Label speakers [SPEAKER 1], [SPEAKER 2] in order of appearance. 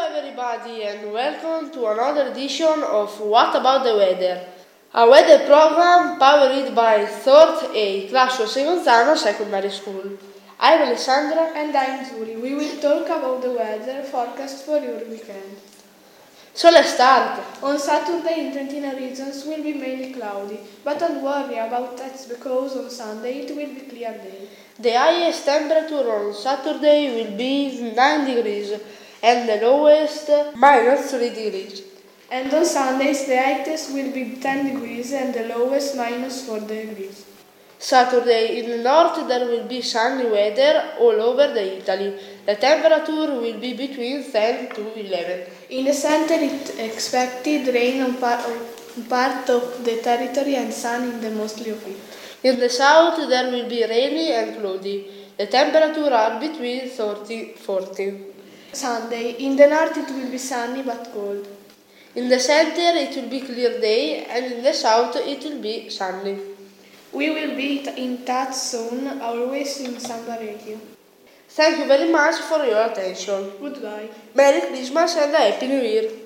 [SPEAKER 1] everybody, and welcome to another edition of What About the Weather, a weather program powered by Third A, Class of Segonzano Secondary School. I'm Alessandra.
[SPEAKER 2] And I'm Julie. We will talk about the weather forecast for your weekend.
[SPEAKER 1] So let's start.
[SPEAKER 2] On Saturday in Trentino regions will be mainly cloudy, but don't worry about that because on Sunday it will be clear day.
[SPEAKER 1] The highest temperature on Saturday will be 9 degrees and the lowest minus 3 degrees.
[SPEAKER 2] And on Sundays the highest will be 10 degrees and the lowest minus 4 degrees.
[SPEAKER 1] Saturday in the north there will be sunny weather all over the Italy. The temperature will be between 10 to 11.
[SPEAKER 2] In the center it expected rain on, par- on part of the territory and sun in the mostly of it.
[SPEAKER 1] In the south there will be rainy and cloudy. The temperature are between 30 40.
[SPEAKER 2] Sunday in the north it will be sunny but cold.
[SPEAKER 1] In the center it will be clear day and in the south it will be sunny.
[SPEAKER 2] We will be t- in touch soon, always in Samba Radio.
[SPEAKER 1] Thank you very much for your attention.
[SPEAKER 2] Goodbye.
[SPEAKER 1] Merry Christmas and a Happy New Year.